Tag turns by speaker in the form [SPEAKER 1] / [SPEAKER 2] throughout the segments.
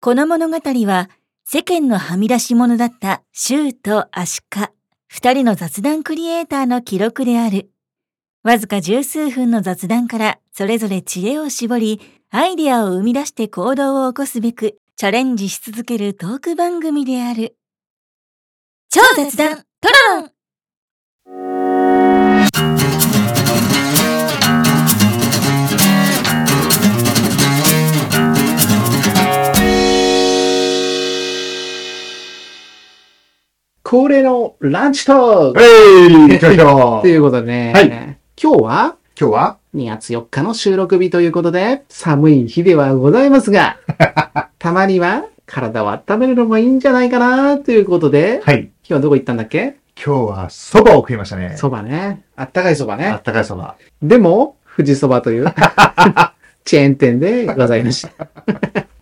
[SPEAKER 1] この物語は世間のはみ出し者だったシューとアシカ、二人の雑談クリエイターの記録である。わずか十数分の雑談からそれぞれ知恵を絞り、アイデアを生み出して行動を起こすべくチャレンジし続けるトーク番組である。超雑談トロロン
[SPEAKER 2] 恒例のランチトーク
[SPEAKER 3] えい、行きましょう。
[SPEAKER 2] ということで、
[SPEAKER 3] はい
[SPEAKER 2] 今日は
[SPEAKER 3] 今日は、
[SPEAKER 2] 2月4日の収録日ということで、寒い日ではございますが、 たまには体を温めるのもいいんじゃないかなということで、今
[SPEAKER 3] はい。
[SPEAKER 2] 日はどこ行ったんだっけ
[SPEAKER 3] 今日は蕎麦を食いましたね。
[SPEAKER 2] そばね。あったかいそば
[SPEAKER 3] あ
[SPEAKER 2] ね
[SPEAKER 3] っ。たかい蕎麦。
[SPEAKER 2] でも、富士そば というチェーン店でございま した。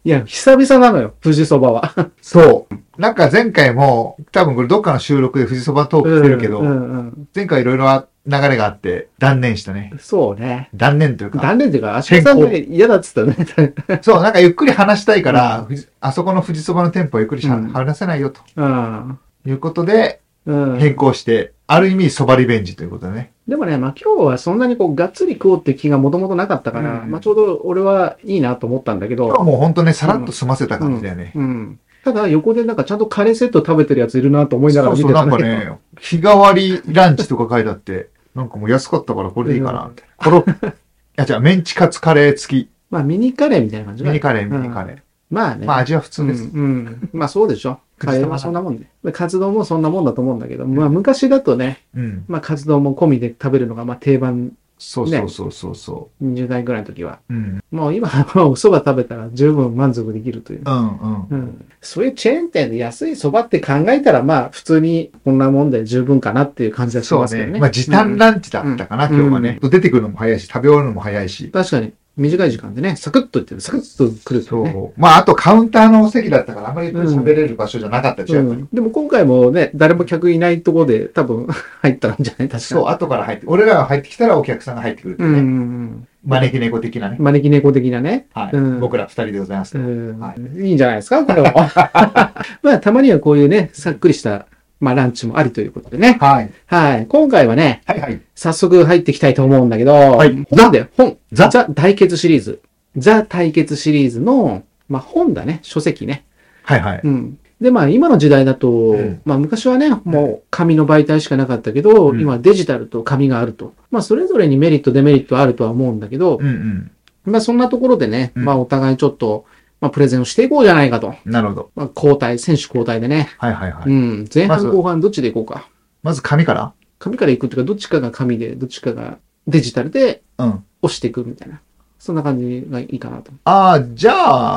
[SPEAKER 2] いや、久々なのよ、富士そばは。
[SPEAKER 3] そう。なんか前回も、多分これどっかの収録で富士蕎麦トークしてるけど、
[SPEAKER 2] うんうん
[SPEAKER 3] 前回いろいろ流れがあって、断念したね
[SPEAKER 2] う。んそうね。
[SPEAKER 3] 断念というか。
[SPEAKER 2] 断念っていうか、足利さんが嫌だっつった ね。
[SPEAKER 3] そう、なんかゆっくり話したいから、
[SPEAKER 2] うん
[SPEAKER 3] 富士あそこの富士蕎麦の店舗はゆっくりしゃ
[SPEAKER 2] うん
[SPEAKER 3] 話せないよと
[SPEAKER 2] うん。
[SPEAKER 3] いうことで、
[SPEAKER 2] うん。
[SPEAKER 3] 変更して、ある意味蕎麦リベンジということでね。
[SPEAKER 2] でもね、まあ今日はそんなにこう、がっつり食おうって気がもともとなかったから、
[SPEAKER 3] うん
[SPEAKER 2] まあちょうど俺はいいなと思ったんだけ
[SPEAKER 3] 今日は
[SPEAKER 2] ど、
[SPEAKER 3] もうほんとね、さらっと済ませた感じだよね。
[SPEAKER 2] うん。ただ横でなんかちゃんとカレーセット食べてるやついるなと思いながら
[SPEAKER 3] そう
[SPEAKER 2] 見
[SPEAKER 3] そ
[SPEAKER 2] て
[SPEAKER 3] う、な
[SPEAKER 2] た
[SPEAKER 3] ん
[SPEAKER 2] んだ
[SPEAKER 3] か
[SPEAKER 2] けど、
[SPEAKER 3] ね、日替わりランチとか書いてあって、なんかもう安かったからこれでいいかな、みたいな。コロッ、いや、じゃあメンチカツカレー付き。
[SPEAKER 2] まあミニカレーみたいな感じ
[SPEAKER 3] ミ
[SPEAKER 2] だ
[SPEAKER 3] ニ
[SPEAKER 2] ね
[SPEAKER 3] カレー、ミニカレ
[SPEAKER 2] まあ
[SPEAKER 3] ー。
[SPEAKER 2] ね。
[SPEAKER 3] まあ味は普通です。
[SPEAKER 2] うん、うん。まあそうでし ょ。カレーはそんなもんね。でカツ丼もそんなもんだと思うんだけど、まあ昔だとね、
[SPEAKER 3] うん。
[SPEAKER 2] まあカツ丼も込みで食べるのがまあ定番
[SPEAKER 3] そうそうそうそうそ
[SPEAKER 2] 20代ぐらいの時は。
[SPEAKER 3] う。うん。
[SPEAKER 2] もう今はもう蕎麦食べたら十分満足できるという。
[SPEAKER 3] うんうん。
[SPEAKER 2] うんそういうチェーン店で安いそばって考えたら、まあ、普通にこんなもんで十分かなっていう感じがし
[SPEAKER 3] そう
[SPEAKER 2] ますけどね。
[SPEAKER 3] ね。まあ時短ランチだったかな、
[SPEAKER 2] うん
[SPEAKER 3] 今日はね。
[SPEAKER 2] う
[SPEAKER 3] 出てくるのも早いし、食べ終わるのも早いし。
[SPEAKER 2] 確かに、短い時間でね、サクッといってる、サクッと来るって
[SPEAKER 3] そ
[SPEAKER 2] いうね。
[SPEAKER 3] う。まああとカウンターのお席だったから、あんまりゆっくり喋れる場所じゃなかったでしょ、やっ
[SPEAKER 2] う
[SPEAKER 3] ぱり。
[SPEAKER 2] んでも今回もね、誰も客いないところで多分入ったんじゃない確かに。
[SPEAKER 3] そう、後から入って、俺らが入ってきたらお客さんが入ってくるって
[SPEAKER 2] う
[SPEAKER 3] い
[SPEAKER 2] ん
[SPEAKER 3] う
[SPEAKER 2] う
[SPEAKER 3] ね。
[SPEAKER 2] ん
[SPEAKER 3] 招き猫的なね
[SPEAKER 2] う。ん。招き猫的なね。
[SPEAKER 3] はい。
[SPEAKER 2] うん
[SPEAKER 3] 僕ら二人でございます
[SPEAKER 2] う
[SPEAKER 3] と。
[SPEAKER 2] ん
[SPEAKER 3] はい
[SPEAKER 2] いいんじゃないですかこれは。 まあ、たまにはこういうね、さっくりした、まあ、ランチもありということでね。
[SPEAKER 3] はい。
[SPEAKER 2] はい。今回はね、
[SPEAKER 3] はいはい。
[SPEAKER 2] 早速入っていきたいと思うんだけど、
[SPEAKER 3] い
[SPEAKER 2] 本で、本。
[SPEAKER 3] ザ
[SPEAKER 2] ザ・対決シリーズ。ザ・対決シリーズの、まあ、本だね。書籍ね。
[SPEAKER 3] はいはい。
[SPEAKER 2] うん。で、まあ、今の時代だと、
[SPEAKER 3] ん
[SPEAKER 2] まあ、昔はね、もう紙の媒体しかなかったけど、
[SPEAKER 3] うん
[SPEAKER 2] 今デジタルと紙があると。まあ、それぞれにメリット、デメリットあるとは思うんだけど
[SPEAKER 3] う、ん
[SPEAKER 2] まあ、そんなところでね、
[SPEAKER 3] うん
[SPEAKER 2] まあ、お互いちょっと、まあ、プレゼンをしていこうじゃないかと。
[SPEAKER 3] うん。なるほど。
[SPEAKER 2] まあ、交代、選手交代でね。
[SPEAKER 3] はいはいはい。
[SPEAKER 2] うん。前
[SPEAKER 3] ま
[SPEAKER 2] 半
[SPEAKER 3] ず
[SPEAKER 2] 後半どっちでいこうか。
[SPEAKER 3] まず紙から
[SPEAKER 2] 紙からいくっていうか、どっちかが紙で、どっちかがデジタルで
[SPEAKER 3] うん。
[SPEAKER 2] 押していくみたいな。そんな感じがいいかなと。
[SPEAKER 3] ああ、じゃ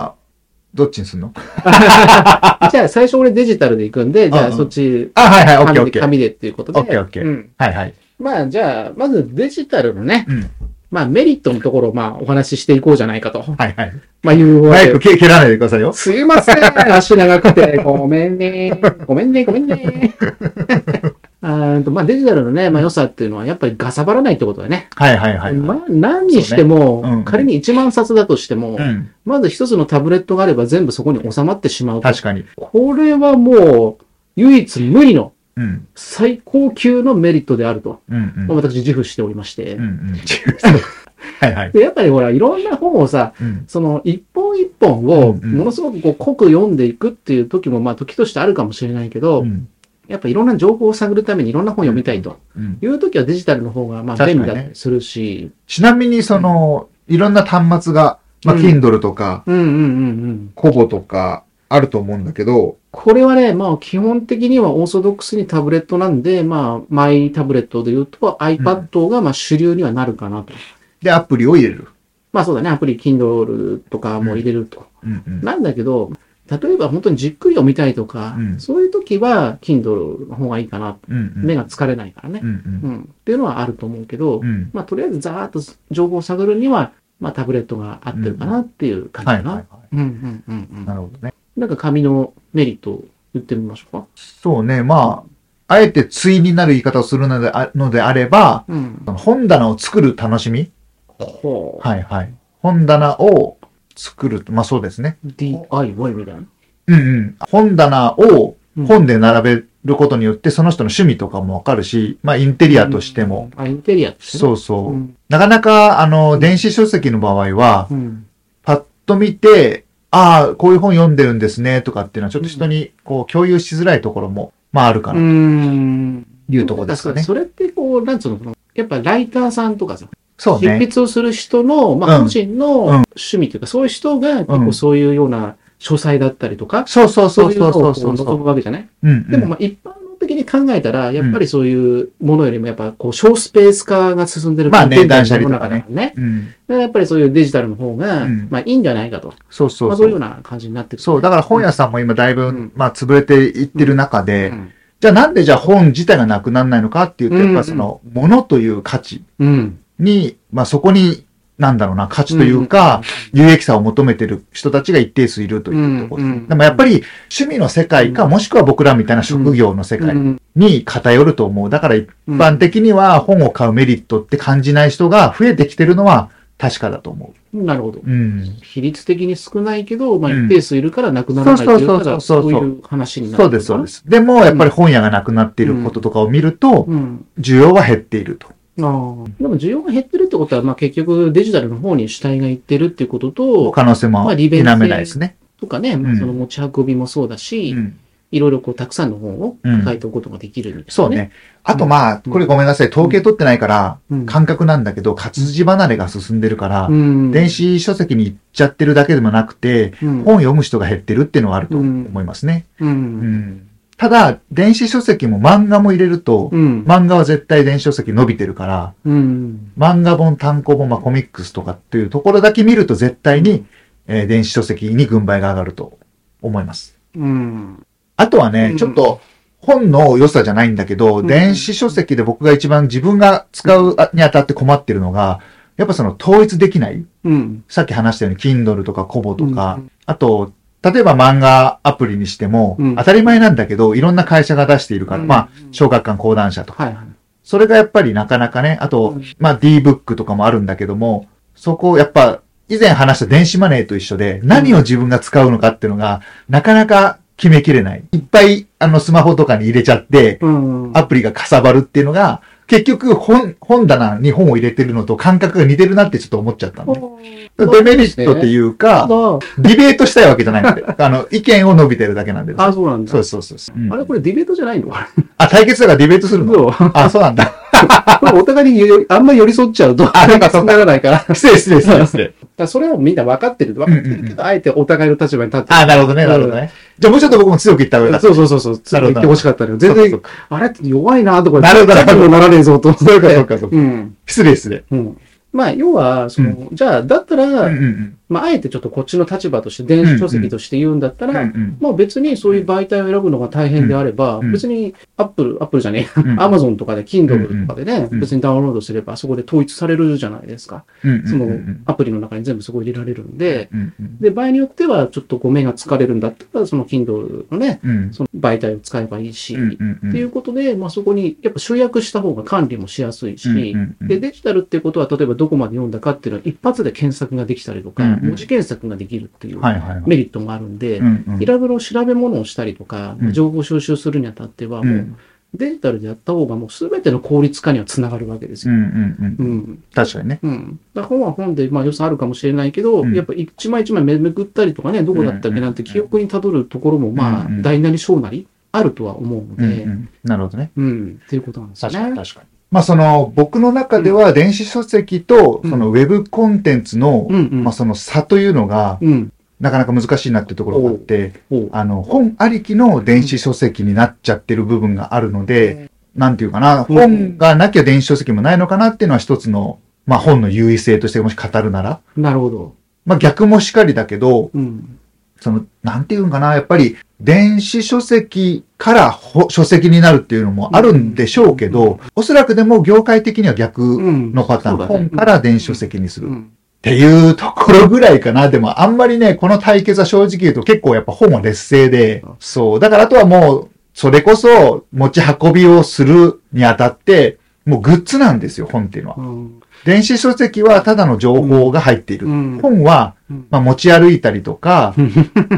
[SPEAKER 3] あ、どっちにすんの
[SPEAKER 2] じゃあ、最初俺デジタルで行くんで、じゃ
[SPEAKER 3] う
[SPEAKER 2] あ
[SPEAKER 3] んうん
[SPEAKER 2] そっち、
[SPEAKER 3] あはいはい、オッケーオ
[SPEAKER 2] 紙
[SPEAKER 3] ッ
[SPEAKER 2] で、
[SPEAKER 3] ケー。
[SPEAKER 2] 紙でっていうことで。
[SPEAKER 3] オッケーオッケー
[SPEAKER 2] うん。
[SPEAKER 3] はいはい。
[SPEAKER 2] まあ、じゃあ、まずデジタルのね、
[SPEAKER 3] うん。
[SPEAKER 2] まあ、メリットのところをまあ、お話ししていこうじゃないかと。
[SPEAKER 3] はいはい。
[SPEAKER 2] まあ、いうわ
[SPEAKER 3] マ
[SPEAKER 2] け
[SPEAKER 3] イ
[SPEAKER 2] で
[SPEAKER 3] ク。蹴蹴らないでくださいよ。
[SPEAKER 2] すいません足長くて、ごめんねごめんねごめん ねあーとまあ、デジタルのね、まあ、良さっていうのは、やっぱりガサばらないってことだね。
[SPEAKER 3] はいはいはい。
[SPEAKER 2] まあ、何にしても、
[SPEAKER 3] そうねうん
[SPEAKER 2] 仮に1万冊だとしても、
[SPEAKER 3] うん。
[SPEAKER 2] まず一つのタブレットがあれば全部そこに収まってしまうと。
[SPEAKER 3] 確かに。
[SPEAKER 2] これはもう、唯一無二の
[SPEAKER 3] うん。
[SPEAKER 2] 最高級のメリットであると、
[SPEAKER 3] うんうん。
[SPEAKER 2] 私自負しておりまして。
[SPEAKER 3] うんうん。 はいはい。
[SPEAKER 2] で、やっぱりほら、いろんな本をさ、
[SPEAKER 3] うん。
[SPEAKER 2] その一本一本を、
[SPEAKER 3] うんうん
[SPEAKER 2] ものすごくこう濃く読んでいくっていう時も、まあ時としてあるかもしれないけど、
[SPEAKER 3] うん
[SPEAKER 2] やっぱいろんな情報を探るためにいろんな本を読みたいと
[SPEAKER 3] うん
[SPEAKER 2] いう時はデジタルの方が、まあ
[SPEAKER 3] 確か
[SPEAKER 2] 便
[SPEAKER 3] に
[SPEAKER 2] 利
[SPEAKER 3] ね
[SPEAKER 2] だったりするし、
[SPEAKER 3] ちなみに、その、いろんな端末が、まあ、
[SPEAKER 2] うん
[SPEAKER 3] Kindle とか、
[SPEAKER 2] うんうんうんうん。
[SPEAKER 3] コボとか、あると思うんだけど、
[SPEAKER 2] これはね、まあ基本的にはオーソドックスにタブレットなんで、まあマイタブレットで言うと iPad がまあ主流にはなるかなと。
[SPEAKER 3] で、アプリを入れる。
[SPEAKER 2] まあそうだね、アプリ Kindle とかも入れると。
[SPEAKER 3] うんうん。
[SPEAKER 2] なんだけど、例えば本当にじっくり読みたいとか、
[SPEAKER 3] うん
[SPEAKER 2] そういう時は Kindle の方がいいかな。
[SPEAKER 3] うんうん。
[SPEAKER 2] 目が疲れないからね
[SPEAKER 3] う。ん
[SPEAKER 2] うん。っていうのはあると思うけど、
[SPEAKER 3] うん。うん。
[SPEAKER 2] まあとりあえずざーっと情報を探るには、まあタブレットが合ってるかなっていう感じ
[SPEAKER 3] は
[SPEAKER 2] か
[SPEAKER 3] いはいは
[SPEAKER 2] な。うんうんうん
[SPEAKER 3] い。なるほどね。
[SPEAKER 2] うん。なんか紙のメリットを言ってみましょうか。
[SPEAKER 3] そうね、まあ、あえて対になる言い方をするのであのであれば、
[SPEAKER 2] うん。
[SPEAKER 3] 本棚を作る楽しみ
[SPEAKER 2] ほう。
[SPEAKER 3] はいはい。本棚を作ると、まあそうですね。
[SPEAKER 2] DIY みたいな。
[SPEAKER 3] うんうん。本棚を
[SPEAKER 2] うん
[SPEAKER 3] 本で並べることによって、その人の趣味とかもわかるし、まあインテリアとしても。。
[SPEAKER 2] あ、インテリアとしてね
[SPEAKER 3] そうそうう。
[SPEAKER 2] ん。
[SPEAKER 3] なかなか、あの、電子書籍の場合は、
[SPEAKER 2] うん。
[SPEAKER 3] パッと見て、ああ、こういう本読んでるんですね、とかっていうのは、ちょっと人にこう共有しづらいところも、まああるか
[SPEAKER 2] う
[SPEAKER 3] な、
[SPEAKER 2] ん。
[SPEAKER 3] いうところですかね。
[SPEAKER 2] それってこう、なんつうのかな。やっぱライターさんとかさ、
[SPEAKER 3] そう
[SPEAKER 2] 執
[SPEAKER 3] ね。
[SPEAKER 2] 筆をする人の、ま
[SPEAKER 3] う
[SPEAKER 2] あ、
[SPEAKER 3] ん
[SPEAKER 2] 個人の趣味というか、そういう人が結
[SPEAKER 3] う
[SPEAKER 2] 構
[SPEAKER 3] ん
[SPEAKER 2] そういうような書斎だったりとか、
[SPEAKER 3] そうそうそ
[SPEAKER 2] そう
[SPEAKER 3] う
[SPEAKER 2] いうの
[SPEAKER 3] そう
[SPEAKER 2] を
[SPEAKER 3] そ
[SPEAKER 2] こう
[SPEAKER 3] うそう
[SPEAKER 2] 望むわけじゃない
[SPEAKER 3] うんうん。
[SPEAKER 2] でもまあ一般的に考えたら、やっぱりそういうものよりもやっぱこう小スペース化が進んでる
[SPEAKER 3] まあね
[SPEAKER 2] 現代の世の中だからね。
[SPEAKER 3] うん。
[SPEAKER 2] だからやっぱりそういうデジタルの方が、
[SPEAKER 3] うん
[SPEAKER 2] まあいいんじゃないかと。
[SPEAKER 3] そうそ
[SPEAKER 2] ま
[SPEAKER 3] う
[SPEAKER 2] あそう
[SPEAKER 3] そ
[SPEAKER 2] いうよう
[SPEAKER 3] う。
[SPEAKER 2] な感じになってくる。
[SPEAKER 3] そう、だから本屋さんも今だいぶ、
[SPEAKER 2] うん
[SPEAKER 3] まあ潰れていってる中で、
[SPEAKER 2] うん
[SPEAKER 3] じゃあなんでじゃあ本自体がなくならないのかっていうと、
[SPEAKER 2] うんう
[SPEAKER 3] や
[SPEAKER 2] ん
[SPEAKER 3] っぱその、ものという価値
[SPEAKER 2] うん。
[SPEAKER 3] に、まあそこに、なんだろうな、価値というか、有益さを求めてる人たちが一定数いるというところで
[SPEAKER 2] うん
[SPEAKER 3] す
[SPEAKER 2] う
[SPEAKER 3] ね
[SPEAKER 2] ん。
[SPEAKER 3] でもやっぱり趣味の世界か、
[SPEAKER 2] うん
[SPEAKER 3] もしくは僕らみたいな職業の世
[SPEAKER 2] う
[SPEAKER 3] 界
[SPEAKER 2] ん、
[SPEAKER 3] に偏ると思う。だから一
[SPEAKER 2] 一
[SPEAKER 3] 般的には本を買うメリットって感じない人が増えてきてるのは確かだと思
[SPEAKER 2] なるほど。
[SPEAKER 3] う。うん。
[SPEAKER 2] 比率的に少ないけど、まあ
[SPEAKER 3] うん
[SPEAKER 2] 一定数いるからなくならないっていう、
[SPEAKER 3] そうそうそう
[SPEAKER 2] だから
[SPEAKER 3] そうそう
[SPEAKER 2] いう話になる。
[SPEAKER 3] そうです、そうですす。でも、やっぱり本屋がなくなっていることとかを見ると、
[SPEAKER 2] うん。
[SPEAKER 3] 需要は減っていると。
[SPEAKER 2] ああ。でも需要が減ってるってことは、まあ結局デジタルの方に主体がいってるっていうことと、
[SPEAKER 3] 可能性
[SPEAKER 2] ま
[SPEAKER 3] も
[SPEAKER 2] あ利
[SPEAKER 3] 否め
[SPEAKER 2] 便性
[SPEAKER 3] ないですね。
[SPEAKER 2] とかね、
[SPEAKER 3] ん
[SPEAKER 2] その持ち運びもそうだし、
[SPEAKER 3] うん
[SPEAKER 2] いろいろこう、たくさんの本を抱えておくことができるみたいな、
[SPEAKER 3] そう。ね。あとまあ、
[SPEAKER 2] うん
[SPEAKER 3] これごめんなさい。統計取ってないから、
[SPEAKER 2] うん。
[SPEAKER 3] 感覚なんだけど、活字離れが進んでるから、
[SPEAKER 2] うん
[SPEAKER 3] 電、子書籍に行っちゃってるだけでもなくて、
[SPEAKER 2] うん
[SPEAKER 3] 本読む人が減ってるっていうのはあると
[SPEAKER 2] うん
[SPEAKER 3] 思いますね。
[SPEAKER 2] う。
[SPEAKER 3] うんんただ、電子書籍も漫画も入れると
[SPEAKER 2] う、ん。
[SPEAKER 3] 漫画は絶対電子書籍伸びてるから、
[SPEAKER 2] うん。
[SPEAKER 3] 漫画本、単行本、まあ、コミックスとかっていうところだけ見ると絶対に、えー電子書籍に軍配が上がると思います。
[SPEAKER 2] うん。
[SPEAKER 3] あとはね、
[SPEAKER 2] うん
[SPEAKER 3] ちょっと本の良さじゃないんだけど、
[SPEAKER 2] うん
[SPEAKER 3] 電子書籍で僕が一番自分が使うあにあたって困ってるのが、やっぱその統一できない。
[SPEAKER 2] うん。
[SPEAKER 3] さっき話したように Kindle とか Kobo とか、
[SPEAKER 2] うん
[SPEAKER 3] あと、例えば漫画アプリにしても、
[SPEAKER 2] うん
[SPEAKER 3] 当たり前なんだけど、いろんな会社が出しているから、
[SPEAKER 2] うん
[SPEAKER 3] まあ、小学館講談社とか、
[SPEAKER 2] はいはい。
[SPEAKER 3] それがやっぱりなかなかね、あと、
[SPEAKER 2] うん
[SPEAKER 3] まあ D-Book とかもあるんだけども、そこをやっぱ、以前話した電子マネーと一緒で、何を自分が使うのかっていうのが、なかなか決めきれない。いっぱい、あの、スマホとかに入れちゃって、
[SPEAKER 2] うん。
[SPEAKER 3] アプリがかさばるっていうのが、結局、本、本棚に本を入れてるのと感覚が似てるなってちょっと思っちゃったのね。デメリットって
[SPEAKER 2] う
[SPEAKER 3] いうか、
[SPEAKER 2] か。
[SPEAKER 3] ディベートしたいわけじゃないので、あの、意見を述べてるだけなんで。
[SPEAKER 2] あ、そうなんだ。
[SPEAKER 3] そうそうそうそう。うん
[SPEAKER 2] あれこれディベートじゃないのあれ
[SPEAKER 3] あ、対決だからディベートするの
[SPEAKER 2] そう。
[SPEAKER 3] あ、そうな んだ。
[SPEAKER 2] これお互いによあんま寄り添っちゃうと、
[SPEAKER 3] あなんかそ
[SPEAKER 2] そ
[SPEAKER 3] ん
[SPEAKER 2] ん
[SPEAKER 3] な
[SPEAKER 2] ならないから。だか
[SPEAKER 3] 失礼、失礼、失礼失礼。
[SPEAKER 2] らそれはみんな分かってる。分かってるけど、あえてお互いの立場に立ってる。
[SPEAKER 3] あ、なるほどね、なるほどね。じゃあもうちょっと僕も強く言った方がいいか
[SPEAKER 2] そうそうそうそう。
[SPEAKER 3] なるほど
[SPEAKER 2] 言ってほしかったのよ。全
[SPEAKER 3] そ
[SPEAKER 2] 然
[SPEAKER 3] う、
[SPEAKER 2] あれって弱いなとか、
[SPEAKER 3] なるほ ど
[SPEAKER 2] ちょっともならねえぞと。
[SPEAKER 3] そうか、そうか、そうか。
[SPEAKER 2] うん。
[SPEAKER 3] 失礼、失礼。
[SPEAKER 2] うん。まあ、要は、その、じゃあ、だったら、
[SPEAKER 3] うんうん
[SPEAKER 2] まあ、あえてちょっとこっちの立場として、電子書籍として言うんだった
[SPEAKER 3] うん。う
[SPEAKER 2] ら、
[SPEAKER 3] ん
[SPEAKER 2] まあ別にそういう媒体を選ぶのが大変であれば、
[SPEAKER 3] うん
[SPEAKER 2] 別にアップル、アップルじゃね
[SPEAKER 3] う
[SPEAKER 2] え、
[SPEAKER 3] ん。
[SPEAKER 2] アマゾンとかで、Kindle とかでね、
[SPEAKER 3] うん
[SPEAKER 2] 別にダウンロードすれば、そこで統一されるじゃないですか。
[SPEAKER 3] うんうん
[SPEAKER 2] そ
[SPEAKER 3] うんう
[SPEAKER 2] の
[SPEAKER 3] ん、
[SPEAKER 2] アプリの中に全部そこ入れられるんで、
[SPEAKER 3] うんうん
[SPEAKER 2] で、場合によっては、ちょっとこう目が疲れるんだったら、その Kindle のね、
[SPEAKER 3] うん
[SPEAKER 2] その媒体を使えばいいし、
[SPEAKER 3] うんうんうん
[SPEAKER 2] っていうことで、まあ、そこにやっぱ集約した方が管理もしやすいし、
[SPEAKER 3] うんうん
[SPEAKER 2] でデジタルっていうことは、例えばどこまで読んだかっていうのは一発で検索ができたりとか、
[SPEAKER 3] うんうん
[SPEAKER 2] 文字検索ができるっていう
[SPEAKER 3] はいはいはい。
[SPEAKER 2] メリットもあるんで、
[SPEAKER 3] うんうん
[SPEAKER 2] いろいろ調べ物をしたりとか、
[SPEAKER 3] うん
[SPEAKER 2] 情報収集するにあたっては、
[SPEAKER 3] うん
[SPEAKER 2] もうデジタルでやった方がもう全ての効率化にはつながるわけです
[SPEAKER 3] う
[SPEAKER 2] よ。
[SPEAKER 3] んうん
[SPEAKER 2] う
[SPEAKER 3] う。
[SPEAKER 2] んん。
[SPEAKER 3] 確かにね。
[SPEAKER 2] うん。だから本は本で、まあ良さあるかもしれないけど、
[SPEAKER 3] うん
[SPEAKER 2] やっぱ一枚一枚めめくったりとかね、どこだったっけなんて記憶にたどるところも、まあ
[SPEAKER 3] うんうん、
[SPEAKER 2] 大なり小なりあるとは思うの
[SPEAKER 3] うんう
[SPEAKER 2] で、
[SPEAKER 3] ん。なるほどね。
[SPEAKER 2] うん、っていうことなんですよ
[SPEAKER 3] 確かに
[SPEAKER 2] ね。
[SPEAKER 3] 確かに。まあその僕の中では電子書籍と
[SPEAKER 2] うん
[SPEAKER 3] そのウェブコンテンツの
[SPEAKER 2] うんうん。
[SPEAKER 3] まあその差というのが
[SPEAKER 2] うん。
[SPEAKER 3] なかなか難しいなっていうところがあって、
[SPEAKER 2] おう
[SPEAKER 3] あの本ありきの電子書籍になっちゃってる部分があるので、なんていうかな、
[SPEAKER 2] うん
[SPEAKER 3] 本がなきゃ電子書籍もないのかなっていうのは一つのまあ本の優位性としてもし語るなら、
[SPEAKER 2] なるほど。
[SPEAKER 3] まあ逆もしかりだけど、
[SPEAKER 2] うん。
[SPEAKER 3] そのなんていうんかな、やっぱり電子書籍からほ書籍になるっていうのもあるんでしょうけど、おそらくでも業界的には逆、
[SPEAKER 2] うん。
[SPEAKER 3] のパターン、
[SPEAKER 2] そうだね
[SPEAKER 3] 本から電子書籍にす
[SPEAKER 2] う
[SPEAKER 3] るっ
[SPEAKER 2] ん。
[SPEAKER 3] ていうところぐらいかな。でもあんまりね、この対決は正直言うと結構やっぱ本は劣勢で、そう。だからあとはもう、それこそ持ち運びをするにあたって、もうグッズなんですよ、本っていうのは。
[SPEAKER 2] うん
[SPEAKER 3] 電子書籍はただの情報が入っている。
[SPEAKER 2] うん。
[SPEAKER 3] 本は、
[SPEAKER 2] うん
[SPEAKER 3] まあ、持ち歩いたりとか、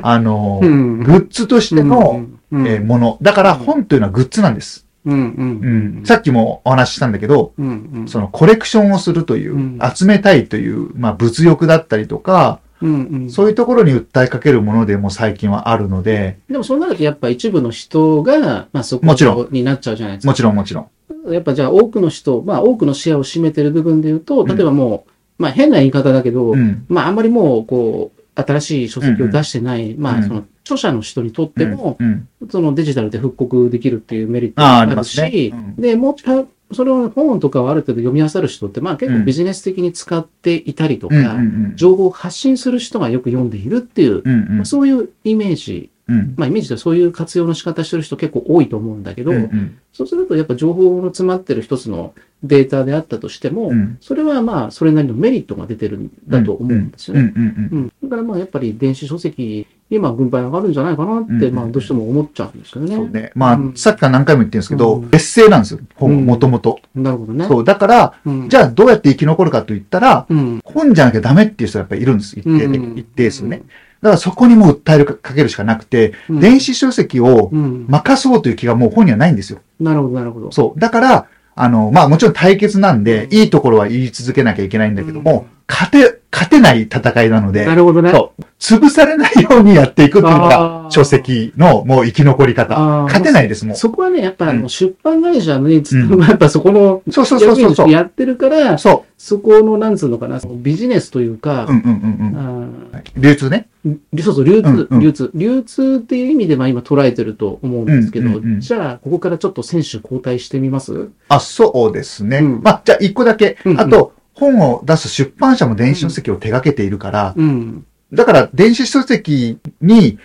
[SPEAKER 3] あの、
[SPEAKER 2] うん
[SPEAKER 3] グッズとしての、
[SPEAKER 2] うん、
[SPEAKER 3] えーもの。だから本というのはグッズなんです。
[SPEAKER 2] うんう
[SPEAKER 3] うんん。さっきもお話ししたんだけど、
[SPEAKER 2] うんうん
[SPEAKER 3] そのコレクションをするという、
[SPEAKER 2] うん
[SPEAKER 3] 集めたいという、まあ物欲だったりとか、
[SPEAKER 2] うんうん
[SPEAKER 3] そういうところに訴えかけるものでも最近はあるので、
[SPEAKER 2] でもその中でやっぱ一部の人が、まあそ
[SPEAKER 3] もちろ
[SPEAKER 2] こになっちゃうじゃないです
[SPEAKER 3] も
[SPEAKER 2] か。
[SPEAKER 3] ちろんもちろん。
[SPEAKER 2] やっぱじゃあ多くの人、まあ多くのシェアを占めてる部分で言うと、
[SPEAKER 3] うん
[SPEAKER 2] 例えばもう、まあ変な言い方だけど、
[SPEAKER 3] うん。
[SPEAKER 2] まああんまりもうこう、新しい書籍を出してない、ま
[SPEAKER 3] う
[SPEAKER 2] あ
[SPEAKER 3] ん
[SPEAKER 2] その著者の人にとっても、
[SPEAKER 3] うん、うん。
[SPEAKER 2] そのデジタルで復刻できるっていうメリット
[SPEAKER 3] ああ、
[SPEAKER 2] が
[SPEAKER 3] あ
[SPEAKER 2] あ
[SPEAKER 3] りま
[SPEAKER 2] る
[SPEAKER 3] すね。
[SPEAKER 2] し、
[SPEAKER 3] うん
[SPEAKER 2] で、もうちょそれを本とかをある程度読み漁る人って、まあ結
[SPEAKER 3] うん
[SPEAKER 2] 構ビジネス的に使っていたりとか、
[SPEAKER 3] うんうん
[SPEAKER 2] 情報を発信する人がよく読んでいるっていう、
[SPEAKER 3] うん。うんうん
[SPEAKER 2] まあそういうイメージ、
[SPEAKER 3] うん
[SPEAKER 2] まあイメージでそういう活用の仕方してる人結構多いと思うんだけど、
[SPEAKER 3] うんうん
[SPEAKER 2] そうするとやっぱ情報の詰まってる一つのデータであったとしても、
[SPEAKER 3] うん
[SPEAKER 2] それはまあそれなりのメリットが出てるんだと思うんですよね。
[SPEAKER 3] うんうん
[SPEAKER 2] うんだからまあやっぱり電子書籍、今軍配上がるんじゃないかなって、
[SPEAKER 3] うん
[SPEAKER 2] まあどうしても思っちゃうんですけどね。
[SPEAKER 3] そうね。まあ、
[SPEAKER 2] うん
[SPEAKER 3] さっきから何回も言ってるんですけど、
[SPEAKER 2] うん
[SPEAKER 3] エッセイなんですよ。
[SPEAKER 2] う
[SPEAKER 3] 本、
[SPEAKER 2] ん
[SPEAKER 3] もともと。
[SPEAKER 2] なるほどね。
[SPEAKER 3] そう。だから、
[SPEAKER 2] うん。
[SPEAKER 3] じゃあどうやって生き残るかと言ったら、
[SPEAKER 2] うん。
[SPEAKER 3] 本じゃなきゃダメっていう人がやっぱりいるんです。一定で、
[SPEAKER 2] うん
[SPEAKER 3] 一定数ね。だからそこにもう訴えるかかけるしかなくて、
[SPEAKER 2] うん。
[SPEAKER 3] 電子書籍を
[SPEAKER 2] うん。
[SPEAKER 3] 任そうという気がもう本にはないんですよ。
[SPEAKER 2] なるほど、なるほど。
[SPEAKER 3] そう。だから、あの、まあもちろん対決なんで、
[SPEAKER 2] うん
[SPEAKER 3] いいところは言い続けなきゃいけないんだけども、勝て、勝てない戦いなので
[SPEAKER 2] な、るほどね。
[SPEAKER 3] そう。潰されないようにやっていくっていうのが
[SPEAKER 2] あ、ー
[SPEAKER 3] 書籍のもう生き残り方。
[SPEAKER 2] あー
[SPEAKER 3] 勝てないです、もう。
[SPEAKER 2] そこはね、やっぱあ
[SPEAKER 3] う
[SPEAKER 2] の出版会社のね、
[SPEAKER 3] うん
[SPEAKER 2] やっぱそこの
[SPEAKER 3] そうそうそう
[SPEAKER 2] 役
[SPEAKER 3] そ
[SPEAKER 2] 員
[SPEAKER 3] う
[SPEAKER 2] の
[SPEAKER 3] そ
[SPEAKER 2] 人
[SPEAKER 3] う。
[SPEAKER 2] やってるから、
[SPEAKER 3] そ
[SPEAKER 2] そこの、なんつうのかな、そのビジネスという
[SPEAKER 3] う。うん
[SPEAKER 2] か、
[SPEAKER 3] うんうんうん。
[SPEAKER 2] あ
[SPEAKER 3] 流通ね。
[SPEAKER 2] ーそうそう、流通、
[SPEAKER 3] うんうん
[SPEAKER 2] 流通。流通っていう意味で、まあ今捉えてると思うんですけど、
[SPEAKER 3] うんうんうん
[SPEAKER 2] じゃあ、ここからちょっと選手交代してみます
[SPEAKER 3] あ、そうですね。
[SPEAKER 2] うん
[SPEAKER 3] まあ、じゃあ一個だけ。
[SPEAKER 2] うんうん
[SPEAKER 3] あと、本を出す出版社も電子書籍を手掛けているから、
[SPEAKER 2] うん。
[SPEAKER 3] だから電子書籍に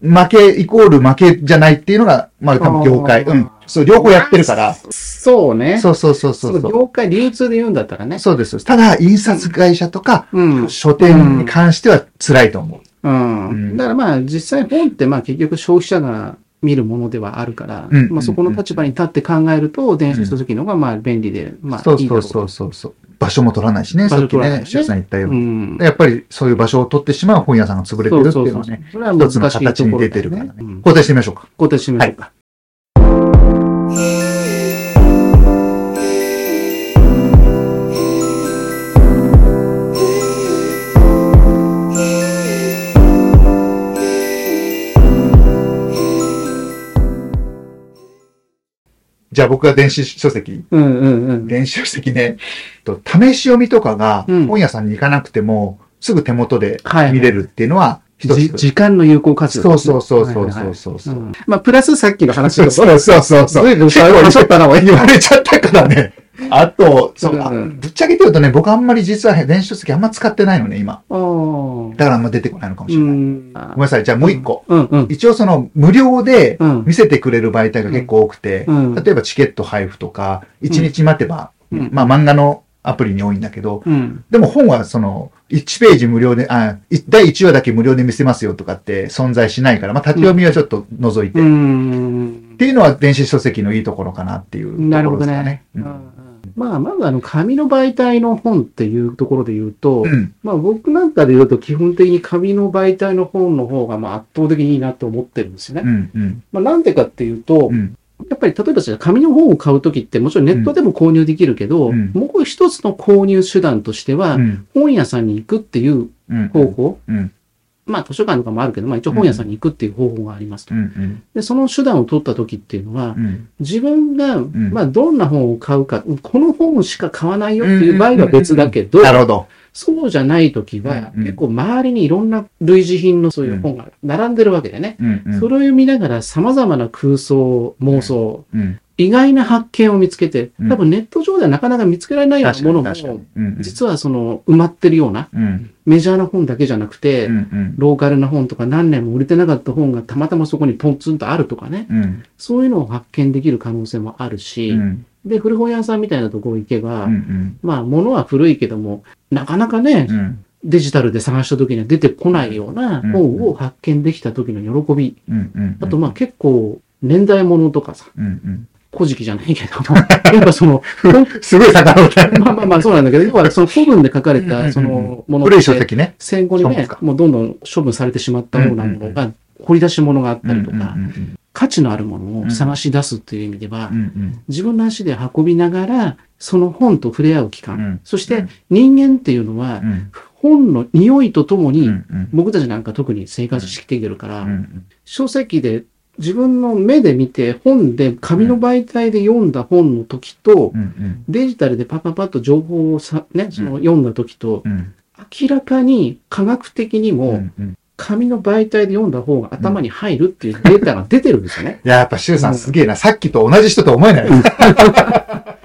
[SPEAKER 3] 負けイコール負けじゃないっていうのが、まあ多分業界。
[SPEAKER 2] あー
[SPEAKER 3] うん。そう、両方やってるから。
[SPEAKER 2] そうね。
[SPEAKER 3] そうそうそうそ
[SPEAKER 2] そうの
[SPEAKER 3] そう。
[SPEAKER 2] 業界、流通で言うんだったらね。
[SPEAKER 3] そうです。ただ、印刷会社とか、
[SPEAKER 2] うん。
[SPEAKER 3] 書店に関しては辛いと思
[SPEAKER 2] う
[SPEAKER 3] う。
[SPEAKER 2] ん
[SPEAKER 3] うん
[SPEAKER 2] だからまあ実際本ってまあ結局消費者が見るものではあるから、
[SPEAKER 3] うん
[SPEAKER 2] まあそこの立場に立って考えると電子書籍の方がまあ便利で、まあ
[SPEAKER 3] そう
[SPEAKER 2] いいだ
[SPEAKER 3] そ
[SPEAKER 2] ろ
[SPEAKER 3] う
[SPEAKER 2] う
[SPEAKER 3] そう
[SPEAKER 2] と。
[SPEAKER 3] そうそう。場所も取らないしね、
[SPEAKER 2] 場
[SPEAKER 3] さっ
[SPEAKER 2] 所
[SPEAKER 3] き
[SPEAKER 2] 取らない
[SPEAKER 3] ね、
[SPEAKER 2] ね
[SPEAKER 3] シュウさん言ったように。
[SPEAKER 2] ん
[SPEAKER 3] やっぱりそういう場所を取ってしまう本屋さんが潰れてるっていうのはね、
[SPEAKER 2] それは
[SPEAKER 3] 一
[SPEAKER 2] 難し
[SPEAKER 3] つの
[SPEAKER 2] い
[SPEAKER 3] 形
[SPEAKER 2] と
[SPEAKER 3] に
[SPEAKER 2] ころだよ
[SPEAKER 3] 出
[SPEAKER 2] ね
[SPEAKER 3] てるからね
[SPEAKER 2] う。ん
[SPEAKER 3] 肯定してみましょうか。
[SPEAKER 2] 固定しましょうか。
[SPEAKER 3] じゃあ僕が電子書籍。
[SPEAKER 2] うんうんうん。
[SPEAKER 3] 電子書籍ね、と試し読みとかが
[SPEAKER 2] うん
[SPEAKER 3] 本屋さんに行かなくても、すぐ手元で
[SPEAKER 2] はい
[SPEAKER 3] 見れるっていうのは一
[SPEAKER 2] じ
[SPEAKER 3] つ。
[SPEAKER 2] 時間の有効活用
[SPEAKER 3] そ
[SPEAKER 2] で
[SPEAKER 3] う
[SPEAKER 2] すね、
[SPEAKER 3] そうそうそう
[SPEAKER 2] はいはい
[SPEAKER 3] そ
[SPEAKER 2] はいう
[SPEAKER 3] そうそう。
[SPEAKER 2] うんまあ、プラスさっきの話
[SPEAKER 3] そう
[SPEAKER 2] を
[SPEAKER 3] そうそうそうそう。
[SPEAKER 2] ずいぶん
[SPEAKER 3] 結構
[SPEAKER 2] はしょったな、おい
[SPEAKER 3] 言われちゃったからね。あと、そう、あ
[SPEAKER 2] うん
[SPEAKER 3] ぶっちゃけて言うとね、僕あんまり実は電子書籍あんま使ってないのね、今。
[SPEAKER 2] あー
[SPEAKER 3] だからあんま出てこないのかもし
[SPEAKER 2] う
[SPEAKER 3] れない。
[SPEAKER 2] ん。
[SPEAKER 3] ごめんなさい、じゃあもう一個。
[SPEAKER 2] うんうん。
[SPEAKER 3] 一応その無料で
[SPEAKER 2] うん
[SPEAKER 3] 見せてくれる媒体が結構多くて、
[SPEAKER 2] うん
[SPEAKER 3] 例えばチケット配布とか、一日待てば、
[SPEAKER 2] うん
[SPEAKER 3] まあ漫画のアプリに多いんだけど、
[SPEAKER 2] うん。
[SPEAKER 3] でも本はその、1ページ無料で、あ、い第1話だけ無料で見せますよとかって存在しないから、まあ立ち読みはちょっと除いて、
[SPEAKER 2] う
[SPEAKER 3] っ
[SPEAKER 2] ん。
[SPEAKER 3] ていうのは電子書籍のいいところかなっていう
[SPEAKER 2] な
[SPEAKER 3] と
[SPEAKER 2] る
[SPEAKER 3] こ
[SPEAKER 2] ほ
[SPEAKER 3] ろで
[SPEAKER 2] ど
[SPEAKER 3] すか
[SPEAKER 2] ね
[SPEAKER 3] ね。。
[SPEAKER 2] うんまあ、まずあの、紙の媒体の本っていうところで言うと、
[SPEAKER 3] うん。うん
[SPEAKER 2] まあ僕なんかで言うと基本的に紙の媒体の本の方がまあ圧倒的にいいなと思ってるんですよね。
[SPEAKER 3] うん。うん。
[SPEAKER 2] まあなんでかっていうと、
[SPEAKER 3] うん
[SPEAKER 2] やっぱり例えばじゃあ紙の本を買うときってもちろんネットでも購入できるけど、
[SPEAKER 3] うん
[SPEAKER 2] もう一つの購入手段としては、
[SPEAKER 3] うん。
[SPEAKER 2] 本屋さんに行くっていう
[SPEAKER 3] うん。
[SPEAKER 2] 方法、
[SPEAKER 3] うん。
[SPEAKER 2] まあ図書館とかもあるけど、まあ一応本屋さんに行くっていう方法がありますと
[SPEAKER 3] う。ん。
[SPEAKER 2] で、その手段を取ったときっていうのは、
[SPEAKER 3] うん。
[SPEAKER 2] 自分が、
[SPEAKER 3] ん
[SPEAKER 2] まあ、どんな本を買うか、この本しか買わないよっていう場合は別だけど、
[SPEAKER 3] なるほど。
[SPEAKER 2] そうじゃない時は、
[SPEAKER 3] うんうん
[SPEAKER 2] 結構周りにいろんな類似品のそういう本が並んでるわけでね、
[SPEAKER 3] うん。うん
[SPEAKER 2] それを見ながら様々な空想、妄想、
[SPEAKER 3] うん。
[SPEAKER 2] 意外な発見を見つけて
[SPEAKER 3] うん、
[SPEAKER 2] 多分ネット上ではなかなか見つけられないようなものも、
[SPEAKER 3] 確かに。確かにうん
[SPEAKER 2] 実はその埋まってるような、
[SPEAKER 3] うん。
[SPEAKER 2] メジャーな本だけじゃなくて、
[SPEAKER 3] うん。
[SPEAKER 2] ローカルな本とか何年も売れてなかった本がたまたまそこにポンツンとあるとかね、
[SPEAKER 3] うん。
[SPEAKER 2] そういうのを発見できる可能性もあるし、
[SPEAKER 3] うん。
[SPEAKER 2] で、古本屋さんみたいなところ行けば、
[SPEAKER 3] うん。
[SPEAKER 2] まあ、物は古いけども、なかなかね、
[SPEAKER 3] うん。
[SPEAKER 2] デジタルで探した時には出てこないような
[SPEAKER 3] うん
[SPEAKER 2] 本を発見できた時の喜び。
[SPEAKER 3] うん。うん。
[SPEAKER 2] あと、まあ、結構、年代物とかさ、
[SPEAKER 3] うん。うん。
[SPEAKER 2] 子古事記じゃないけど も、やっぱその、
[SPEAKER 3] すごい遡った。
[SPEAKER 2] まあまあまあそうなんだけど、要はその古文で書かれ
[SPEAKER 3] うんうんう
[SPEAKER 2] た
[SPEAKER 3] ん
[SPEAKER 2] そのものっ
[SPEAKER 3] 古い書
[SPEAKER 2] て、
[SPEAKER 3] 籍ね。
[SPEAKER 2] 戦後に
[SPEAKER 3] そうで
[SPEAKER 2] ね
[SPEAKER 3] すか、
[SPEAKER 2] もうどんどん処分されてしまったようなものが、掘り出し物があったりとか、価値のあるものを探し出すという意味では
[SPEAKER 3] うんう、ん
[SPEAKER 2] 自分の足で運びながら、その本と触れ合う期
[SPEAKER 3] う
[SPEAKER 2] 間、
[SPEAKER 3] ん
[SPEAKER 2] そし
[SPEAKER 3] う
[SPEAKER 2] て
[SPEAKER 3] ん
[SPEAKER 2] 人間っていうのは、
[SPEAKER 3] うん
[SPEAKER 2] 本の匂いととも
[SPEAKER 3] うん
[SPEAKER 2] に、
[SPEAKER 3] うん
[SPEAKER 2] 僕たちなんか特に生活してきてるから、
[SPEAKER 3] うん
[SPEAKER 2] 書籍で自分の目で見て、本で、紙の媒体で読んだ本の時と
[SPEAKER 3] うんう、ん
[SPEAKER 2] デジタルでパパパッと情報をさ、ね、その読んだ時と、
[SPEAKER 3] うん
[SPEAKER 2] 明らかに科学的に
[SPEAKER 3] うんう
[SPEAKER 2] も、
[SPEAKER 3] んうん
[SPEAKER 2] 紙の媒体で読んだ方が頭に入るっていうデータが出てるんです よね。
[SPEAKER 3] いや、やっぱシュウさんすげえな。さっきと同じ人と思えない。
[SPEAKER 2] だか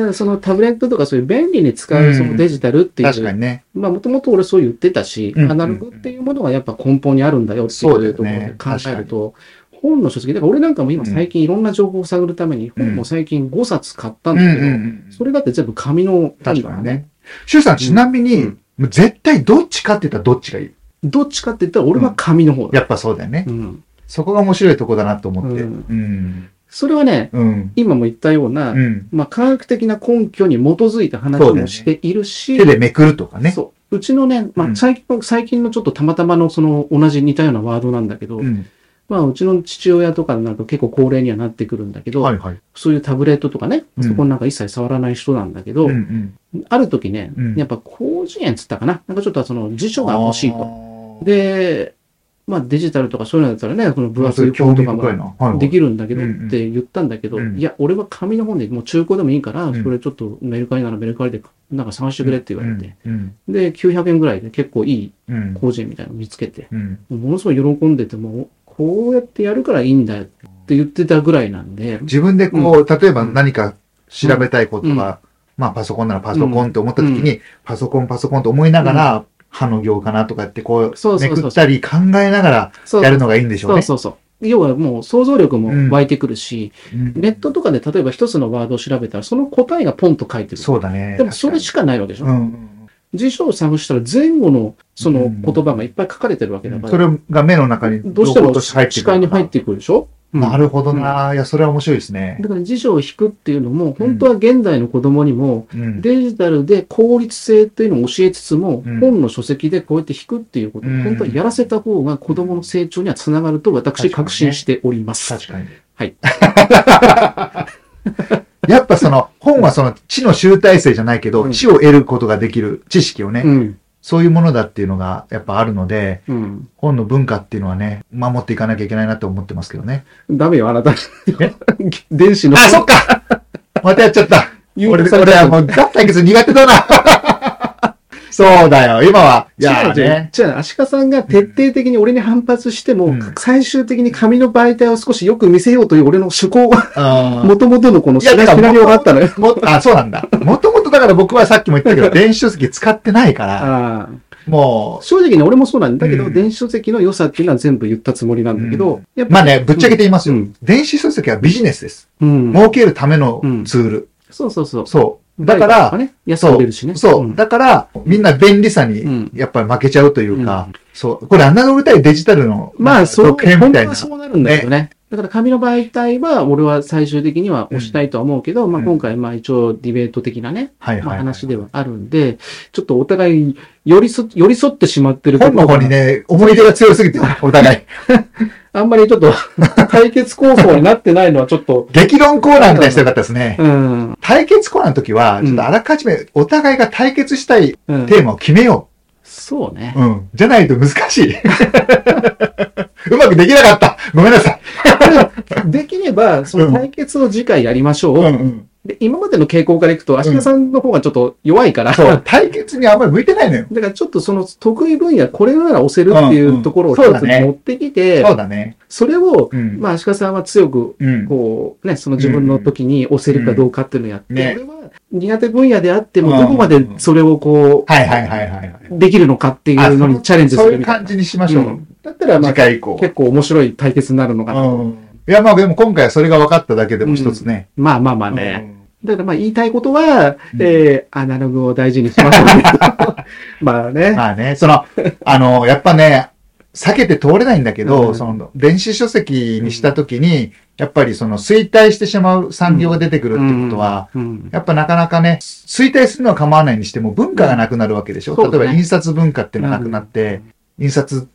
[SPEAKER 2] らそのタブレットとかそういう便利に使
[SPEAKER 3] うん
[SPEAKER 2] うそのデジタルっていう、
[SPEAKER 3] 確かにね。
[SPEAKER 2] まあもともと俺そう言ってたし、
[SPEAKER 3] うん
[SPEAKER 2] アナログっていうものはやっぱ根本にあるんだよって
[SPEAKER 3] そうだ
[SPEAKER 2] い
[SPEAKER 3] よ
[SPEAKER 2] うところ
[SPEAKER 3] ね
[SPEAKER 2] で考えると、本の書籍、だから俺なんかも今最近いろんな情報を探るために、
[SPEAKER 3] うん
[SPEAKER 2] 本も最近5冊買った
[SPEAKER 3] うんんう
[SPEAKER 2] だ
[SPEAKER 3] ん
[SPEAKER 2] けど、
[SPEAKER 3] うん。
[SPEAKER 2] それだって全部紙の
[SPEAKER 3] 確かに。ね。シュウさん、ちなみに、
[SPEAKER 2] うん
[SPEAKER 3] もう絶対どっちかって言ったらどっちがいい
[SPEAKER 2] どっちかって言ったら俺は紙の方だ。
[SPEAKER 3] やっぱそうだよね。
[SPEAKER 2] うん。
[SPEAKER 3] そこが面白いとこだなと思って。う。
[SPEAKER 2] うんそれはね、
[SPEAKER 3] うん。
[SPEAKER 2] 今も言ったような、
[SPEAKER 3] うん。
[SPEAKER 2] まあ科学的な根拠に基づいた話
[SPEAKER 3] そうだよ
[SPEAKER 2] も
[SPEAKER 3] ね
[SPEAKER 2] しているし、
[SPEAKER 3] 手でめくるとかね。
[SPEAKER 2] そう。うちのね、ま
[SPEAKER 3] うん
[SPEAKER 2] あ、最近の、最近のちょっとたまたまのその同じ似たようなワードなんだけど、
[SPEAKER 3] うん。
[SPEAKER 2] まあ、うちの父親とかなんか結構高齢にはなってくるんだけど、
[SPEAKER 3] はいはい。
[SPEAKER 2] そういうタブレットとかね、
[SPEAKER 3] うん
[SPEAKER 2] パソコンなんか一切触らない人なんだけど、
[SPEAKER 3] うんうん。
[SPEAKER 2] ある時ね、
[SPEAKER 3] うん
[SPEAKER 2] やっぱ広辞苑っつったかな、なんかちょっとその辞書が欲しいと。
[SPEAKER 3] と
[SPEAKER 2] で、まあデジタルとかそういうのだったらね、この分
[SPEAKER 3] まあ
[SPEAKER 2] 厚
[SPEAKER 3] それ
[SPEAKER 2] い
[SPEAKER 3] 興
[SPEAKER 2] 本
[SPEAKER 3] 味
[SPEAKER 2] とか
[SPEAKER 3] 深い
[SPEAKER 2] も
[SPEAKER 3] な。はいはい
[SPEAKER 2] できるんだけど
[SPEAKER 3] う
[SPEAKER 2] っ
[SPEAKER 3] んうん
[SPEAKER 2] て言ったんだけど、
[SPEAKER 3] うん
[SPEAKER 2] いや、俺は紙の本でもう中古でもいいから、
[SPEAKER 3] ん
[SPEAKER 2] それちょっとメルカリならメルカリでなんか探してくれって言われて、
[SPEAKER 3] うん。
[SPEAKER 2] で、900円ぐらいで結構いい
[SPEAKER 3] うん。
[SPEAKER 2] 工事みたいなの見つけて、
[SPEAKER 3] うん。
[SPEAKER 2] もうものすごい喜んでて、もうこうやってやるからいいんだよって言ってたぐらいなんで、
[SPEAKER 3] 自分でこう、例えば何か調べたいことが、まあパソコンならパソコンって思った時に、パソコンパソコンと思いながら、歯の行かなとかってこ、
[SPEAKER 2] そううそ
[SPEAKER 3] め
[SPEAKER 2] うそう
[SPEAKER 3] くったり考えなが
[SPEAKER 2] そ
[SPEAKER 3] ら
[SPEAKER 2] う
[SPEAKER 3] やるのがいいんでしょう
[SPEAKER 2] そう
[SPEAKER 3] ね。
[SPEAKER 2] そうそう。要はもう想像力も湧いてくるし、
[SPEAKER 3] うん
[SPEAKER 2] ネットとかで例えば一つのワードを調べたら、その答えがポンと書いてる。
[SPEAKER 3] そうだね。
[SPEAKER 2] でもそれしかないわけでしょ、
[SPEAKER 3] うんうん
[SPEAKER 2] 辞書を探したら前後のその
[SPEAKER 3] うん
[SPEAKER 2] 言葉がいっぱい書かれてるわけ
[SPEAKER 3] う
[SPEAKER 2] だ
[SPEAKER 3] ん。
[SPEAKER 2] か
[SPEAKER 3] そ
[SPEAKER 2] ら、
[SPEAKER 3] れが目の中に
[SPEAKER 2] どうして
[SPEAKER 3] 情
[SPEAKER 2] も
[SPEAKER 3] 報と入って
[SPEAKER 2] 視
[SPEAKER 3] く
[SPEAKER 2] 界に
[SPEAKER 3] るから
[SPEAKER 2] 入ってくるでしょ、うん
[SPEAKER 3] なるほどな。いや、それは面白いですね。
[SPEAKER 2] だから辞書を引くっていうのも、本当は現代の子供にも、
[SPEAKER 3] うん
[SPEAKER 2] デジタルで効率性というのを教えつつも、
[SPEAKER 3] うん
[SPEAKER 2] 本の書籍でこうやって引くっていうことを、
[SPEAKER 3] うん
[SPEAKER 2] 本当はやらせた方が子供の成長にはつながると私
[SPEAKER 3] 確かにね
[SPEAKER 2] 確信しております。
[SPEAKER 3] 確かに。
[SPEAKER 2] はい。
[SPEAKER 3] やっぱその、本はその、知の集大成じゃないけ
[SPEAKER 2] う
[SPEAKER 3] ど、
[SPEAKER 2] ん
[SPEAKER 3] 知を得ることができる知識をね、
[SPEAKER 2] うん。
[SPEAKER 3] そういうものだっていうのがやっぱあるので、
[SPEAKER 2] うん。
[SPEAKER 3] 本の文化っていうのはね、守っていかなきゃいけないなと思ってますけどね。
[SPEAKER 2] ダメよ、あなた
[SPEAKER 3] え。
[SPEAKER 2] 電子の。
[SPEAKER 3] あ、そっか またやっちゃった。
[SPEAKER 2] 言う
[SPEAKER 3] 俺、
[SPEAKER 2] とさ
[SPEAKER 3] 俺はもう、脱退決苦手だな。 そうだよ、今は。い
[SPEAKER 2] 違
[SPEAKER 3] や
[SPEAKER 2] う
[SPEAKER 3] ー
[SPEAKER 2] 違
[SPEAKER 3] ね
[SPEAKER 2] う。。違う、アシカさんが徹底的に俺に反発しても、
[SPEAKER 3] うん
[SPEAKER 2] 最終的に紙の媒体を少しよく見せようという俺の趣向は、
[SPEAKER 3] うん
[SPEAKER 2] もともとのこの
[SPEAKER 3] い
[SPEAKER 2] シ
[SPEAKER 3] やだ
[SPEAKER 2] ナ
[SPEAKER 3] から
[SPEAKER 2] シナリオがあったのよ。
[SPEAKER 3] もあ、そうなんだ。もともとだから僕はさっきも言ったけど、電子書籍使ってないから、
[SPEAKER 2] ああ。
[SPEAKER 3] も
[SPEAKER 2] 正直に俺もそうなんだけど、
[SPEAKER 3] うん
[SPEAKER 2] 電子書籍の良さっていうのは全部言ったつもりなんだけど、
[SPEAKER 3] う
[SPEAKER 2] やっ
[SPEAKER 3] う、まあね、ぶっちゃけて言いますよ。
[SPEAKER 2] うん
[SPEAKER 3] 電子書籍はビジネスです。
[SPEAKER 2] うん。
[SPEAKER 3] 儲けるためのツール。
[SPEAKER 2] そうそうそう。
[SPEAKER 3] そう。だ
[SPEAKER 2] ラ
[SPEAKER 3] か
[SPEAKER 2] イバーと
[SPEAKER 3] ら、
[SPEAKER 2] ね、安く売れるしね。
[SPEAKER 3] そう。
[SPEAKER 2] ん
[SPEAKER 3] だから、みんな便利さに
[SPEAKER 2] ん、
[SPEAKER 3] やっぱり負けちゃうというか、
[SPEAKER 2] う
[SPEAKER 3] そう。これ、アナログ対デジタルの、
[SPEAKER 2] まあ、そう、
[SPEAKER 3] 特権み
[SPEAKER 2] 本当
[SPEAKER 3] たいな
[SPEAKER 2] は。そうなるんだけどね。だから紙の媒体は、俺は最終的には押したいとは思うけど、まあ
[SPEAKER 3] うん
[SPEAKER 2] 今回、まあ一応ディベート的なね、
[SPEAKER 3] はい
[SPEAKER 2] ま
[SPEAKER 3] は
[SPEAKER 2] あ
[SPEAKER 3] い。
[SPEAKER 2] 話ではあるんで、ちょっとお互い寄りそ、寄り添ってしまってる
[SPEAKER 3] 本の方にね、思い出が強すぎて、お互 い。
[SPEAKER 2] あんまりちょっと 対決構想になってないのはちょっと、
[SPEAKER 3] 激論コーナーみたいにしてよかったですね。
[SPEAKER 2] うん、
[SPEAKER 3] 対決コーナーの時は、
[SPEAKER 2] うん
[SPEAKER 3] ちょっとあらかじめお互いが対決したい
[SPEAKER 2] うん。
[SPEAKER 3] テーマを決めよ
[SPEAKER 2] そうね。
[SPEAKER 3] う。うん。じゃないと難 しい。うまくできなかった。ごめんなさい。
[SPEAKER 2] できれば、その対決を次回やりましょう。
[SPEAKER 3] ん。
[SPEAKER 2] で今までの傾向からいくと、足利さんの方がちょっと弱いから、
[SPEAKER 3] そう。対決にあんまり向いてないのよ。
[SPEAKER 2] だからちょっとその得意分野、これなら押せるってい
[SPEAKER 3] んうん
[SPEAKER 2] うところを
[SPEAKER 3] そう
[SPEAKER 2] 一
[SPEAKER 3] だ
[SPEAKER 2] つ
[SPEAKER 3] ね
[SPEAKER 2] 持ってきて、
[SPEAKER 3] そうだね。
[SPEAKER 2] それを、
[SPEAKER 3] うん。
[SPEAKER 2] まあ、足利さんは強く、
[SPEAKER 3] うん。
[SPEAKER 2] こう、ね、その自分の時に押せるかどうかっていうのをやって、
[SPEAKER 3] うんね
[SPEAKER 2] 俺は苦手分野であっても、
[SPEAKER 3] うん
[SPEAKER 2] どこまでそれをこ
[SPEAKER 3] はいはいはいはいはい。
[SPEAKER 2] う、できるのかっていうのにチャレンジす
[SPEAKER 3] そうい
[SPEAKER 2] る
[SPEAKER 3] う
[SPEAKER 2] みたい
[SPEAKER 3] 感
[SPEAKER 2] な。
[SPEAKER 3] じにしましょう。
[SPEAKER 2] うんだったら、まあ
[SPEAKER 3] 次、回以降。
[SPEAKER 2] 結構面白い対決になるのかな。
[SPEAKER 3] うん。いや、まあでも今回はそれが分かっただけでも一つね。
[SPEAKER 2] まあまあまあね。だからまあ言いたいことは、
[SPEAKER 3] うん
[SPEAKER 2] えー、アナログ を大事にしましょうね。まあ
[SPEAKER 3] うん
[SPEAKER 2] ね。
[SPEAKER 3] まあね、その、あの、やっぱね、避けて通れないんだけど、
[SPEAKER 2] うん
[SPEAKER 3] その電子書籍にした時に、やっぱりその衰退してしまう産業が出てくるってことは、
[SPEAKER 2] うん。
[SPEAKER 3] やっぱなかなかね、衰退するのは構わないにしても文化がなくなるわけでしょ、
[SPEAKER 2] そうです
[SPEAKER 3] 例
[SPEAKER 2] ね
[SPEAKER 3] えば印刷文化っていうのがなくなって、印刷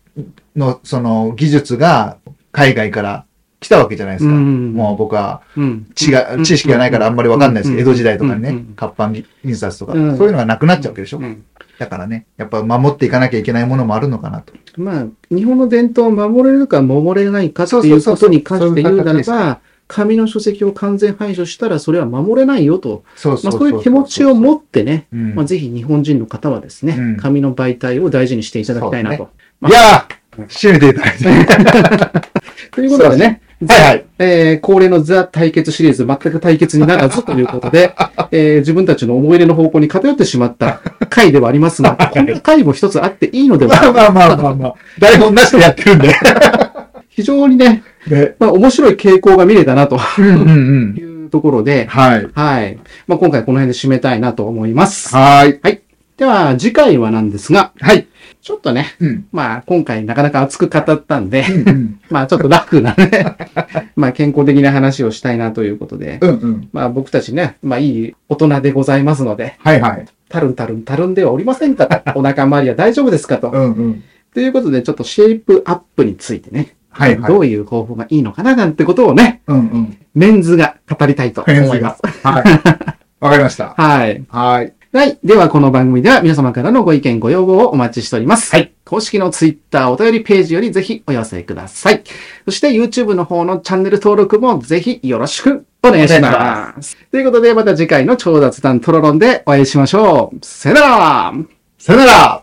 [SPEAKER 3] のその技術が海外から来たわけじゃないですか。
[SPEAKER 2] うん
[SPEAKER 3] もう僕は
[SPEAKER 2] うん。
[SPEAKER 3] 知が、知識がないからあんまりわかんないですけど、江戸時代と
[SPEAKER 2] う
[SPEAKER 3] かに
[SPEAKER 2] んう
[SPEAKER 3] ね
[SPEAKER 2] ん、
[SPEAKER 3] 活版印刷とか、
[SPEAKER 2] うん
[SPEAKER 3] そういうのがなくなっちゃうわけでしょ、
[SPEAKER 2] うん
[SPEAKER 3] だからね、やっぱ守っていかなきゃいけないものもあるのかなと。
[SPEAKER 2] まあ、日本の伝統を守れるか守れないかっていう
[SPEAKER 3] そうそう
[SPEAKER 2] こ
[SPEAKER 3] そうそ
[SPEAKER 2] と
[SPEAKER 3] う
[SPEAKER 2] に関して言うな
[SPEAKER 3] そうい
[SPEAKER 2] ら
[SPEAKER 3] う形
[SPEAKER 2] ば、紙の書籍を完全排除したら、それは守れないよと、
[SPEAKER 3] そうそ
[SPEAKER 2] ま
[SPEAKER 3] う
[SPEAKER 2] あ、
[SPEAKER 3] そう。
[SPEAKER 2] そういう気持ちを持ってね、
[SPEAKER 3] うん、
[SPEAKER 2] まあ、ぜひ日本人の方はですね、
[SPEAKER 3] うん
[SPEAKER 2] 紙の媒体を大事にしていただきたいなと。まあ
[SPEAKER 3] いやー締めていただ いて。
[SPEAKER 2] ということでね、
[SPEAKER 3] はいはい。
[SPEAKER 2] えー、恒例のザ対決シリーズ、全く対決にならずということで、えー自分たちの思い入れの方向に偏ってしまった回ではありますが、こんな回も一つあっていいので
[SPEAKER 3] ま
[SPEAKER 2] は、
[SPEAKER 3] あまあまあまあまあ。台本なしでやってる んで。
[SPEAKER 2] 非常にね、
[SPEAKER 3] で
[SPEAKER 2] まあ、面白い傾向が見れたなと
[SPEAKER 3] うんうんうん。
[SPEAKER 2] いうところで、
[SPEAKER 3] はい。
[SPEAKER 2] はい。まあ、今回この辺で締めたいなと思います。
[SPEAKER 3] はーい。
[SPEAKER 2] では、次回はなんですが、
[SPEAKER 3] はい。
[SPEAKER 2] ちょっとね、
[SPEAKER 3] うん。
[SPEAKER 2] まあ、今回なかなか熱く語ったんで、
[SPEAKER 3] うんうん。
[SPEAKER 2] まあ、ちょっと楽なね、まあ、健康的な話をしたいなということで、
[SPEAKER 3] うんうん。
[SPEAKER 2] まあ、僕たちね、まあ、いい大人でございますので、
[SPEAKER 3] はいはい。
[SPEAKER 2] たるんたるんたるんではおりませんか と。お腹周りは大丈夫ですかと。
[SPEAKER 3] うんうん。
[SPEAKER 2] ということで、ちょっとシェイプアップについてね、
[SPEAKER 3] はいはい。
[SPEAKER 2] どういう方法がいいのかななんてことをね、
[SPEAKER 3] うんうん。
[SPEAKER 2] メンズが語りたいと
[SPEAKER 3] メンズが
[SPEAKER 2] 思います。
[SPEAKER 3] はい。わかりました。
[SPEAKER 2] はい。
[SPEAKER 3] はい。
[SPEAKER 2] はい。では、この番組では皆様からのご意見、ご要望をお待ちしております。はい。公式のツイッターお便りページよりぜひお寄せください。そして、YouTube の方のチャンネル登録もぜひよろしくお願いし
[SPEAKER 3] お願
[SPEAKER 2] ます。ということで、また次回の超雑談トロロンでお会いしましょう。さよなら
[SPEAKER 3] さよなら